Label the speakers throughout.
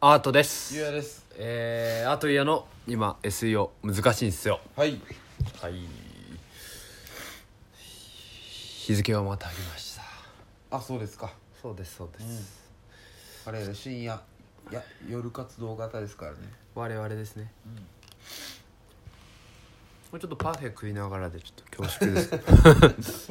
Speaker 1: アートです
Speaker 2: ゆうやです
Speaker 1: えー、アートイヤの今 SEO 難しいんすよ
Speaker 2: はいはい
Speaker 1: 日付をまたぎました
Speaker 2: あそうですか
Speaker 1: そうですそうです、
Speaker 2: あれ深夜いや夜活動型ですからね
Speaker 1: 我々ですね、もうちょっとパフェ食いながらでちょっと恐縮です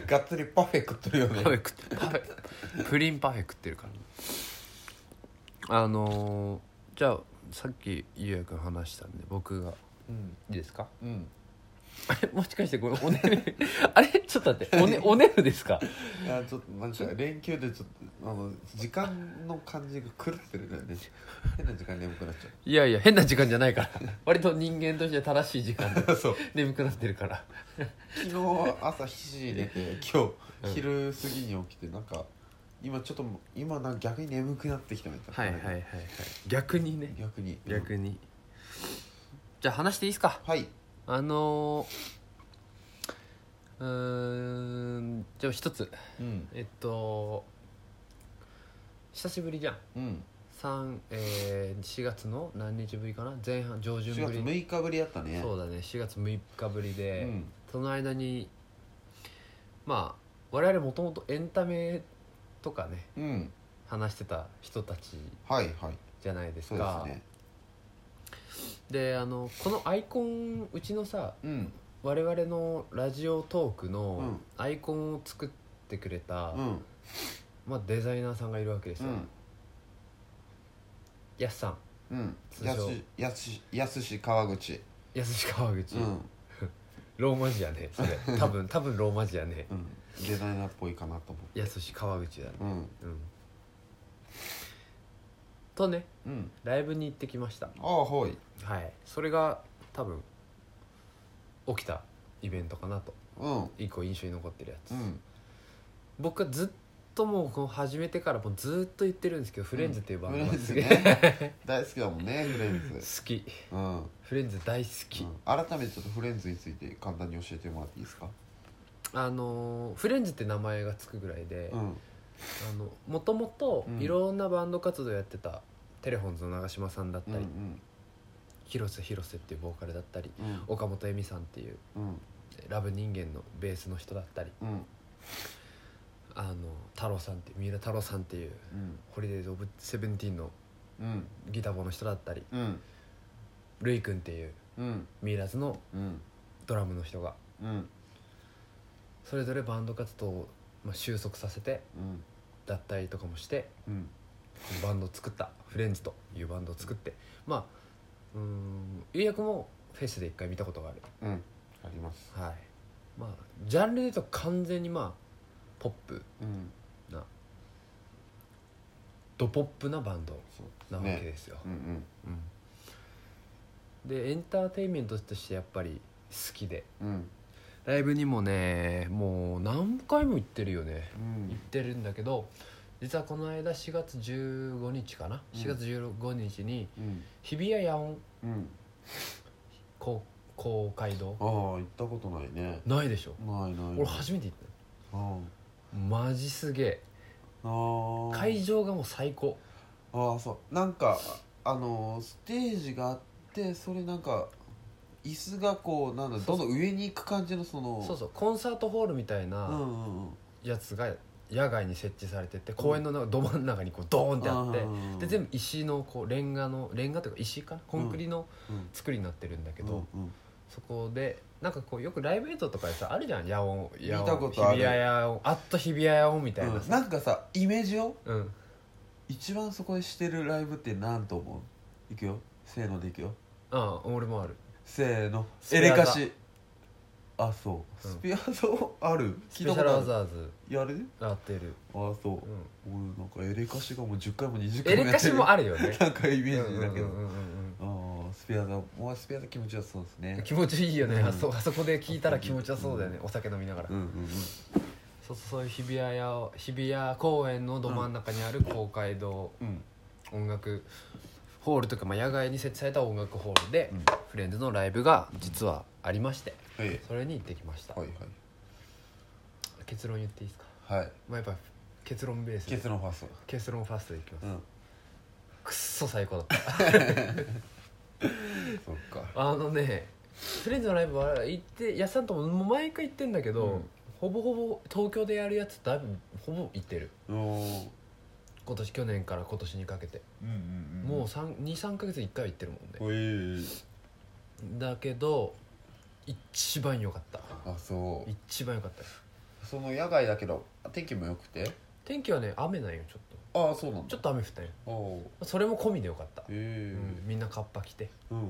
Speaker 1: パ
Speaker 2: がっつりパフェ食ってるよね
Speaker 1: フェ食って パフェプリンパフェ食ってるからあのー、じゃあさっきゆうやくん話したんで僕が
Speaker 2: うん
Speaker 1: いいですか
Speaker 2: うん
Speaker 1: あれ もしかしてこれおねる あれちょっと待っておねおねるですか
Speaker 2: いやちょっとなんか連休でちょっとあの時間の感じが狂ってるよ ね変な時間に眠くなっち
Speaker 1: いやいや変な時間じゃないから割と人間として正しい時間で
Speaker 2: ゃうそう
Speaker 1: 眠くなってるから
Speaker 2: 昨日朝7時に寝て今日昼過ぎに起きてなんか今ちょっともう今なんか逆に眠くなってきたみたいな
Speaker 1: 逆にね
Speaker 2: 逆に
Speaker 1: 逆にじゃあ話していいですか
Speaker 2: はい
Speaker 1: あのー、うーんじゃあ一つ
Speaker 2: うん
Speaker 1: えっと久しぶりじゃん
Speaker 2: うん
Speaker 1: 3、えー、4月の何日ぶりかな前半上旬
Speaker 2: 4
Speaker 1: ぶ
Speaker 2: 月
Speaker 1: り
Speaker 2: 6日ぶりやったね
Speaker 1: そうだね4月6日ぶりで、
Speaker 2: うん
Speaker 1: その間にまあ我々もともとエンタメとかね
Speaker 2: うん
Speaker 1: 話してた人たち
Speaker 2: はいはい
Speaker 1: じゃないです
Speaker 2: そうで
Speaker 1: か
Speaker 2: すね
Speaker 1: で,、あのこのアイコンうちのさ
Speaker 2: うん
Speaker 1: 我々のラジオトーク
Speaker 2: う
Speaker 1: の
Speaker 2: ん
Speaker 1: アイコンを作ってくれた、
Speaker 2: うん
Speaker 1: まあ、デザイナーさんがいるわけです
Speaker 2: う
Speaker 1: よ、
Speaker 2: ん
Speaker 1: やすさん
Speaker 2: うん
Speaker 1: 通
Speaker 2: や
Speaker 1: 常
Speaker 2: すやすやすし川口
Speaker 1: やすし川口、
Speaker 2: うん
Speaker 1: ローマ字やね それ多分多分ローマ字やね
Speaker 2: うんデザイナーっぽいかなと思
Speaker 1: やすし川口だね
Speaker 2: ううん
Speaker 1: うんとね
Speaker 2: うん
Speaker 1: ライブに行ってきました
Speaker 2: ああはい
Speaker 1: はいそれが多分起きたイベントかなと
Speaker 2: うん
Speaker 1: 一個印象に残ってるやつ、
Speaker 2: うん
Speaker 1: 僕はずっともうこの始めてからもうずっと言ってるんですけど、フレンズっていうバンドが
Speaker 2: フレン
Speaker 1: す
Speaker 2: ズ
Speaker 1: げえ、
Speaker 2: ね大好きだもんねフレンズ
Speaker 1: 好き
Speaker 2: うんうん
Speaker 1: フレンズ大好き、
Speaker 2: 改めてちょっとフレンズについて簡単に教えてもらっていいですか
Speaker 1: あのーフレンズって名前がつくぐらいで、
Speaker 2: う
Speaker 1: あ
Speaker 2: ん
Speaker 1: のもともと
Speaker 2: うん
Speaker 1: いろんなバンド活動やってたテレフォンズの長嶋さんだっ
Speaker 2: うん
Speaker 1: た
Speaker 2: う
Speaker 1: り、
Speaker 2: ん
Speaker 1: 広瀬広瀬っていうボーカルだったり
Speaker 2: うん
Speaker 1: 岡本恵美さんっていう
Speaker 2: うん
Speaker 1: ラブ人間のベースの人だったり
Speaker 2: うん
Speaker 1: あの太郎さんっていう三浦太郎さんっていう
Speaker 2: うん
Speaker 1: ホリデーズ・オブ・セブンティーンの
Speaker 2: うん
Speaker 1: ギターボの人だったり
Speaker 2: うん
Speaker 1: ルイ君っていう
Speaker 2: うん
Speaker 1: ミイラズの
Speaker 2: うん
Speaker 1: ドラムの人が
Speaker 2: うん
Speaker 1: それぞれバンド活動を、まあ、収束させて
Speaker 2: うん
Speaker 1: 脱退とかもして
Speaker 2: うん
Speaker 1: このバンドを作ったフレンズというバンドを作ってまあうーんゆうやくもフェスで一回見たことがある
Speaker 2: うんあります
Speaker 1: はいまあジャンルで言うと完全にまあポップ
Speaker 2: うん
Speaker 1: なドポップなバンド
Speaker 2: そう
Speaker 1: なわけですよ、
Speaker 2: うんうん
Speaker 1: うん、でエンターテインメントとしてやっぱり好きで
Speaker 2: うん
Speaker 1: ライブにもねもう何回も行ってるよね
Speaker 2: う
Speaker 1: 行っ
Speaker 2: ん
Speaker 1: てるんだけど実はこの間4月15日かな
Speaker 2: うん
Speaker 1: 4月15日に
Speaker 2: うん
Speaker 1: 日比谷野音
Speaker 2: うん
Speaker 1: 公公会堂
Speaker 2: ああ行ったことないね
Speaker 1: ないでしょ
Speaker 2: ないない
Speaker 1: 俺初めて行っ
Speaker 2: うん
Speaker 1: たのマジすげえ
Speaker 2: あー
Speaker 1: 会場がもう最高
Speaker 2: あーそうなんかあのーステージがあってそれなんか椅子がこうなんだ
Speaker 1: そう
Speaker 2: ど
Speaker 1: そ
Speaker 2: んどん上に行く感じのその
Speaker 1: そうそうコンサートホールみたい
Speaker 2: うんう
Speaker 1: なん
Speaker 2: うん
Speaker 1: やつが野外に設置されてて公園の中ど真ん中にこうドーンってあって
Speaker 2: うん
Speaker 1: で全部石のこうレンガのレンガというか石かなコンクリの
Speaker 2: うん
Speaker 1: 作りになってるんだけど、
Speaker 2: うんうん
Speaker 1: そこでなんかこうよくライブ映像とかでさあるじゃん野音野音
Speaker 2: 見たことある
Speaker 1: 日比谷野音あっと日比谷野音みたいな
Speaker 2: うん
Speaker 1: さ、
Speaker 2: なんかさイメージを
Speaker 1: うん
Speaker 2: 一番そこでしてるライブって何と思ういくよせーのでいくよ
Speaker 1: ああ俺もある
Speaker 2: せーの
Speaker 1: スペ
Speaker 2: エ
Speaker 1: アザ
Speaker 2: レカシあそう
Speaker 1: うん
Speaker 2: スペアゾーある
Speaker 1: ス
Speaker 2: 聞い
Speaker 1: ペシ
Speaker 2: たこ
Speaker 1: ャル
Speaker 2: とあ
Speaker 1: ア
Speaker 2: る
Speaker 1: ザーズ
Speaker 2: やる
Speaker 1: やってる、
Speaker 2: ああそう
Speaker 1: うん、
Speaker 2: 俺なんかエレカシがもう10回も20
Speaker 1: エ
Speaker 2: 回も
Speaker 1: レカシもあるよね
Speaker 2: なんかイメ
Speaker 1: うん
Speaker 2: ー
Speaker 1: う
Speaker 2: ジ
Speaker 1: んう
Speaker 2: だ
Speaker 1: ん
Speaker 2: け
Speaker 1: う
Speaker 2: ど、
Speaker 1: んうん
Speaker 2: ああスペアだもうスペアだ気持ちよさそうですね
Speaker 1: 気持ちいいよね、
Speaker 2: うん
Speaker 1: あそあそこで聞いたら気持ちよそうだよね、お酒飲みながら、
Speaker 2: うんうんうん
Speaker 1: そうそうそういう日比谷や日比谷公園のど真ん中にある公会堂
Speaker 2: うん
Speaker 1: 音楽ホールというか、まあ、野外に設置された音楽ホールで、
Speaker 2: うん
Speaker 1: フレンズのライブが実はありまして
Speaker 2: はいはい
Speaker 1: それに行ってきました、結論言っていいですか
Speaker 2: はいはい
Speaker 1: まあやっぱ結論ベースで
Speaker 2: 結論ファースト
Speaker 1: 結論ファーストでいきます、
Speaker 2: うん
Speaker 1: くっそソ最高だった
Speaker 2: そっか
Speaker 1: あのねフレンズのライブは行ってやっさんとももう毎回行ってんだけど、
Speaker 2: うん
Speaker 1: ほぼほぼ東京でやるやつだいぶほぼ行ってる
Speaker 2: おー
Speaker 1: 今年去年から今年にかけて、
Speaker 2: うんうんうん
Speaker 1: もう23か月に1回は行ってるもんね
Speaker 2: おい
Speaker 1: だけど一番良かった
Speaker 2: あそ
Speaker 1: 一番良かった
Speaker 2: うその野外だけど天気も良くて
Speaker 1: 天気はね雨なんよちょっ
Speaker 2: ああそうなん
Speaker 1: と
Speaker 2: だ
Speaker 1: ちょっと雨降ったんよ
Speaker 2: おー
Speaker 1: それも込みで良かった、
Speaker 2: へ
Speaker 1: うん、みんなカッパ着て
Speaker 2: えうんうん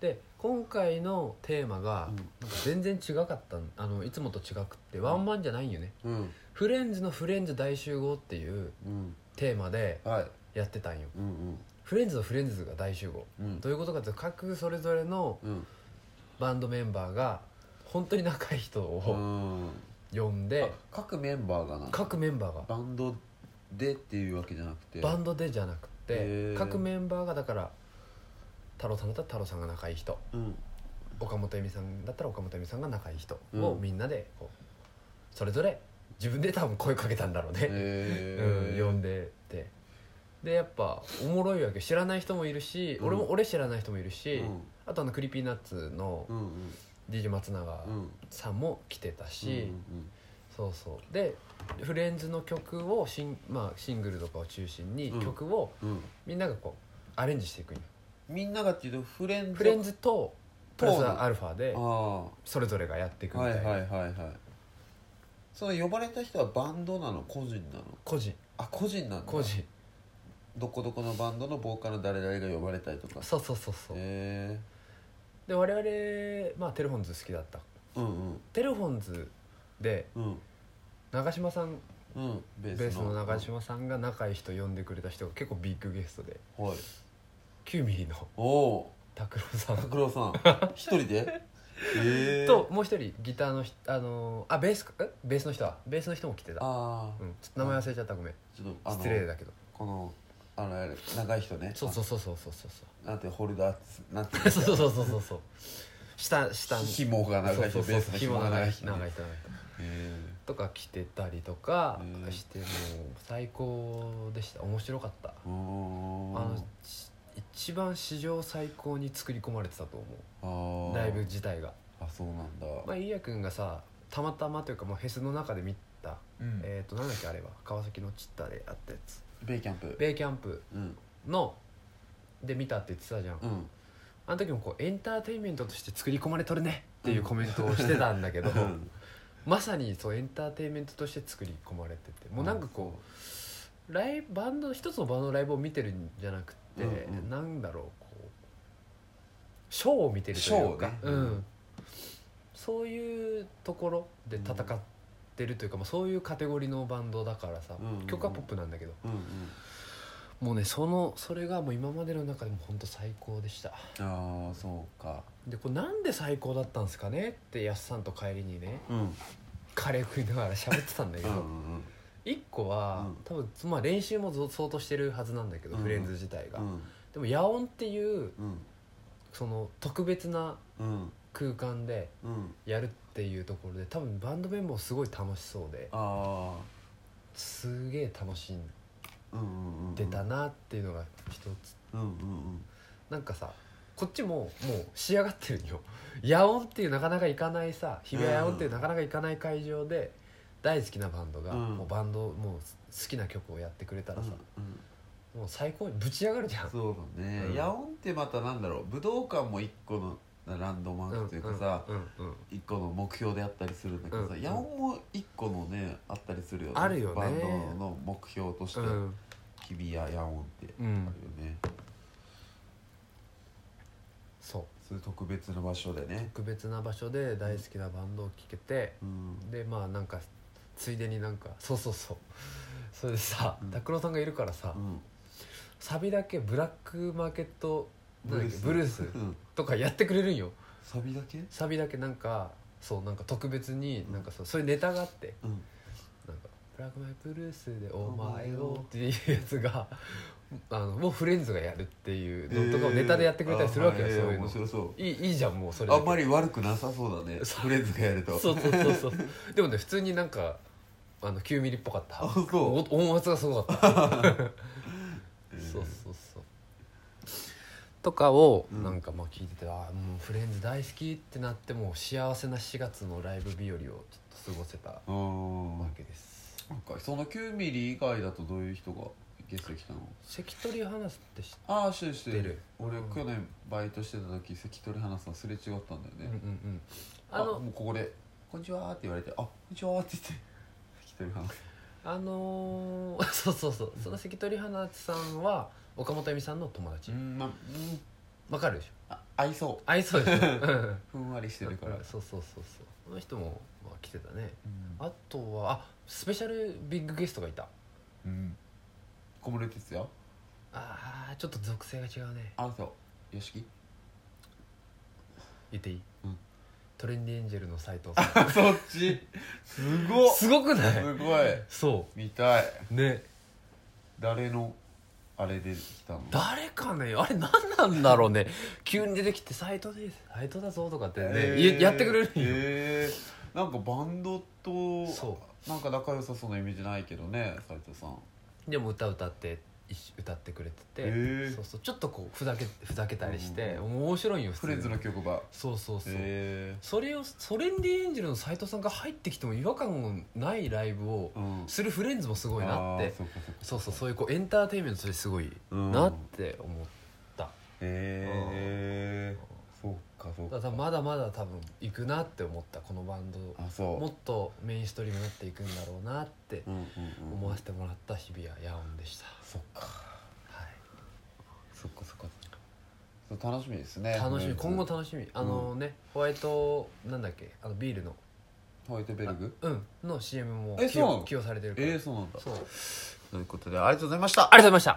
Speaker 1: で今回のテーマが
Speaker 2: うん
Speaker 1: なんか全然違かったんあのいつもと違くってワンマンじゃないんよね
Speaker 2: うん
Speaker 1: フレンズの「フレンズ大集合」っていう
Speaker 2: うん
Speaker 1: テーマで
Speaker 2: はい
Speaker 1: やってたんよ
Speaker 2: うん
Speaker 1: フレンズのフレンズが大集合
Speaker 2: うんうん
Speaker 1: どういうことかというと各それぞれの
Speaker 2: うん
Speaker 1: バンドメンバーが本当に仲いい人を
Speaker 2: うん
Speaker 1: 呼んで
Speaker 2: あ各メンバーがな
Speaker 1: 各メンバーが
Speaker 2: バンドでっていうわけじゃなくて
Speaker 1: バンドでじゃなく
Speaker 2: へ
Speaker 1: て
Speaker 2: ー
Speaker 1: 各メンバーがだから太郎さんだったら太郎さんが仲いい人
Speaker 2: うん
Speaker 1: 岡本恵美さんだったら岡本恵美さんが仲いい人
Speaker 2: うん
Speaker 1: をみんなでこうそれぞれ自分で多分声かけたんだろうね、
Speaker 2: へえ
Speaker 1: うん、呼んでてでやっぱおもろいわけ知らない人もいるし、
Speaker 2: うん
Speaker 1: 俺も俺知らない人もいるし、
Speaker 2: うん
Speaker 1: あとあのクリーピーナッツの
Speaker 2: うん
Speaker 1: DJ 松永
Speaker 2: うんうん
Speaker 1: さんも来てたし、
Speaker 2: うん
Speaker 1: そうそうでフレンズの曲をシン,、まあ、シングルとかを中心に
Speaker 2: うん
Speaker 1: 曲を
Speaker 2: うんうん
Speaker 1: みんながこうアレンジしていくんよ
Speaker 2: みんながっていうとフレンズ
Speaker 1: フレンズとプラス
Speaker 2: そうなの
Speaker 1: アルファで
Speaker 2: ああ
Speaker 1: それぞれがやっていくみ
Speaker 2: は
Speaker 1: た
Speaker 2: い
Speaker 1: い
Speaker 2: は
Speaker 1: な、
Speaker 2: いはいはいその呼ばれた人はバンドなの個人なの
Speaker 1: 個人
Speaker 2: あ個人なんだ
Speaker 1: 個人
Speaker 2: どこどこのバンドのボーカルの誰々が呼ばれたりとか
Speaker 1: そうそうそうそう
Speaker 2: へ
Speaker 1: で我々、まあ、テレフォンズ好きだった
Speaker 2: えうんうん
Speaker 1: テレフォンズで
Speaker 2: うん
Speaker 1: 長嶋さん
Speaker 2: うんベ
Speaker 1: ベースの長嶋さんが仲いい人呼んでくれた人が結構ビッグゲストで
Speaker 2: はい
Speaker 1: 9ミリの
Speaker 2: おお
Speaker 1: 拓郎さん
Speaker 2: 拓郎さ ん一人でへえ
Speaker 1: ともう一人ギターの人あのーあベースかえベースの人はベースの人も来てた、
Speaker 2: ああ
Speaker 1: うん、ちょっと名前忘れちゃったごめん
Speaker 2: ちょっとあの
Speaker 1: 失礼だけど
Speaker 2: このあのあれ長い人ね
Speaker 1: そうそうそうそうそうそうそ
Speaker 2: あなんてホルダーつなんて
Speaker 1: うそうそうそうそうそう下下に
Speaker 2: ひもが長い
Speaker 1: そ
Speaker 2: 人
Speaker 1: う
Speaker 2: ベ
Speaker 1: そうそ
Speaker 2: ース
Speaker 1: う紐
Speaker 2: の
Speaker 1: 長い人
Speaker 2: ね
Speaker 1: 長い
Speaker 2: へ
Speaker 1: 人長い人
Speaker 2: え
Speaker 1: とか着てたりとか
Speaker 2: うん
Speaker 1: してもう最高でした面白かった
Speaker 2: うー
Speaker 1: あ
Speaker 2: ん
Speaker 1: のし一番史上最高に作り込まれてたと思
Speaker 2: あ
Speaker 1: う
Speaker 2: ー
Speaker 1: ライブ自体が
Speaker 2: あそうなんだ、
Speaker 1: まあ飯く君がさたまたまというか、まあ、フェスの中で見た、
Speaker 2: うん
Speaker 1: えっ、となんだっけあれは川崎のチッタであったやつ
Speaker 2: ベイキャンプ
Speaker 1: ベイキャンプ
Speaker 2: うん
Speaker 1: ので見たって言ってたじゃん、
Speaker 2: うん
Speaker 1: あの時もこうエンターテインメントとして作り込まれとるねっていうコメントをしてたんだけど、
Speaker 2: うん
Speaker 1: まさにそうエンターテインメントとして作り込まれててもうなんかこうライブバンド一つのバンドのライブを見てるんじゃなくて、
Speaker 2: うんうん
Speaker 1: なんだろうこうショーを見てるというか、
Speaker 2: ショーね
Speaker 1: う
Speaker 2: うんん、
Speaker 1: そういうところで戦ってるというか、まあ、そういうカテゴリーのバンドだからさ、
Speaker 2: うんうんうん
Speaker 1: 曲はポップなんだけど
Speaker 2: うんうん
Speaker 1: もうねそのそれがもう今までの中でも本当最高でした
Speaker 2: ああそうか
Speaker 1: でこれなんで最高だったんですかねってやっさんと帰りにね
Speaker 2: うんうん
Speaker 1: カレー食いながら喋ってたんだけ
Speaker 2: う
Speaker 1: ど、
Speaker 2: ん
Speaker 1: 一個は、
Speaker 2: うん
Speaker 1: 多分まあ練習もぞ相当してるはずなんだけど、
Speaker 2: うん
Speaker 1: フレンズ自体が、
Speaker 2: うん
Speaker 1: でも野音っていう
Speaker 2: うん
Speaker 1: その特別な
Speaker 2: うん
Speaker 1: 空間で
Speaker 2: うん
Speaker 1: やるっていうところで多分バンドメンバーもすごい楽しそうで
Speaker 2: あ
Speaker 1: すげえ楽しん
Speaker 2: あうんうんうん
Speaker 1: でたなっていうのが一つ
Speaker 2: うんうんうん
Speaker 1: なんかさこっちももう仕上がってるよ 野音っていうなかなか行かないさ日比谷野音っていうなかなか行かない会場で大好きなバンドが、
Speaker 2: うん
Speaker 1: もうバンドもう好きな曲をやってくれたらさ、
Speaker 2: うんうん
Speaker 1: もう最高にぶち上がるじゃん
Speaker 2: そうだね、
Speaker 1: うん
Speaker 2: 野音ってまたなんだろう武道館も一個のランドマークというかさ、
Speaker 1: うんうんうん
Speaker 2: 一個の目標であったりするんだけどさ、
Speaker 1: うん
Speaker 2: 野音も一個のねあったりするよね
Speaker 1: あるよね
Speaker 2: バンドの目標として、
Speaker 1: うん
Speaker 2: 日比谷野音って
Speaker 1: う
Speaker 2: あ
Speaker 1: ん
Speaker 2: るよね
Speaker 1: そう
Speaker 2: そういう特別な場所でね
Speaker 1: 特別な場所で大好きなバンドを聴けて
Speaker 2: うん
Speaker 1: でまあなんかついでになんかそうそうそうそれでさ
Speaker 2: うん
Speaker 1: 拓郎、さんがいるからさ、
Speaker 2: うん
Speaker 1: サビだけブラックマーケットなんだっけブ
Speaker 2: ブ
Speaker 1: ル
Speaker 2: ル
Speaker 1: ー
Speaker 2: ー
Speaker 1: ス
Speaker 2: スうん
Speaker 1: とかやってくれるんよ
Speaker 2: サビだけ
Speaker 1: サビだけなんかそうなんか特別になんかそうそういうネタがあって
Speaker 2: うん
Speaker 1: なんか「ブラックマイブルースでお前を」っていうやつがあのもうフレンズがやるっていうのとかをネタでやってくれたりするわけよ、
Speaker 2: えーあ
Speaker 1: そう
Speaker 2: はいいう
Speaker 1: の
Speaker 2: 面白そ
Speaker 1: いいいいじゃんもうそれ
Speaker 2: う
Speaker 1: だ
Speaker 2: あ
Speaker 1: け
Speaker 2: んまり悪くなさそうだね
Speaker 1: そう
Speaker 2: フレンズがやると
Speaker 1: そうそうそう そうでもね普通になんかあの9ミリっぽかった
Speaker 2: あそう
Speaker 1: お音圧がすごかった
Speaker 2: えー
Speaker 1: そうそうそうとかを
Speaker 2: うん
Speaker 1: なんかまあ聞いてて、ああもうフレンズ大好きってなってもう幸せな4月のライブ日和をちょっと過ごせたわ
Speaker 2: うん
Speaker 1: けです、
Speaker 2: なんかその9ミリ以外だとどういう人がゲストに来たの
Speaker 1: 関取話すって知って
Speaker 2: ああしてるして
Speaker 1: 出
Speaker 2: る
Speaker 1: る
Speaker 2: 俺
Speaker 1: うん
Speaker 2: 去年バイトしてた時関取花さんすれ違ったんだよ
Speaker 1: うんうん
Speaker 2: ね
Speaker 1: うんあ
Speaker 2: あ
Speaker 1: の
Speaker 2: もうここで「こんにちは」って言われて「あこんにちは」って言って関取花さん
Speaker 1: あのー そうそうそうその関取花さんは岡本恵美さんの友達
Speaker 2: うんまあうん
Speaker 1: わかるでしょ
Speaker 2: あ合いそう
Speaker 1: 合いそうでしょ うん
Speaker 2: ふんわりしてるから
Speaker 1: そうそうそうそうこの人も、まあ、来てたね
Speaker 2: うん
Speaker 1: あとはあスペシャルビッグゲストがいた
Speaker 2: うん小室哲哉
Speaker 1: あーちょっと属性が違うね
Speaker 2: あそうよしき
Speaker 1: 言っていい、
Speaker 2: うん
Speaker 1: トレンディエンジェルの斎藤さん
Speaker 2: そっちすごっ
Speaker 1: すごくない
Speaker 2: すごい
Speaker 1: そ
Speaker 2: 見たいう
Speaker 1: ね
Speaker 2: 誰のあれで来たの
Speaker 1: 誰かねあれ何なんだろうね急に出てきて「斎藤です斎藤だぞ」とかってね、
Speaker 2: え
Speaker 1: い
Speaker 2: ー
Speaker 1: やってくれるんよ、
Speaker 2: えーなんかバンドと
Speaker 1: そ
Speaker 2: なんか仲良さそうなイメージないけどね斉藤さん
Speaker 1: でも歌歌って一緒歌ってくれてて、
Speaker 2: へー
Speaker 1: そうそうちょっとこうふざけふざけたりして、
Speaker 2: うん
Speaker 1: 面白いんよ普
Speaker 2: フ
Speaker 1: 通に
Speaker 2: レンズの曲が
Speaker 1: そうそうそう、
Speaker 2: え
Speaker 1: それをソレンディエンジェルの斎藤さんが入ってきても違和感のないライブを
Speaker 2: えうんす
Speaker 1: するフレンズもすごいなって
Speaker 2: そうかそうか
Speaker 1: そうそうそういうこうエンターテインメントとしてすごい
Speaker 2: うん
Speaker 1: なって思った、
Speaker 2: ええそうかそう
Speaker 1: た
Speaker 2: か
Speaker 1: だまだまだ多分行くなって思ったこのバンド
Speaker 2: あそう
Speaker 1: もっとメインストリームになっていくんだろうなって
Speaker 2: うんうんうん
Speaker 1: 思わせてもらった日々はヤオンでした、
Speaker 2: そっか
Speaker 1: は
Speaker 2: そっかそっかそう楽しみですね
Speaker 1: い、楽し
Speaker 2: フレ
Speaker 1: み
Speaker 2: ンズ
Speaker 1: 今後楽しみあのね、ホワイトなんだっけあのビールの
Speaker 2: ホワイトベルグ
Speaker 1: うんの CM も
Speaker 2: え
Speaker 1: 起
Speaker 2: そうな
Speaker 1: 用
Speaker 2: の
Speaker 1: 起用されてるから、
Speaker 2: ええそうなんだ
Speaker 1: そう
Speaker 2: ということでありがとうございました
Speaker 1: ありがとうございました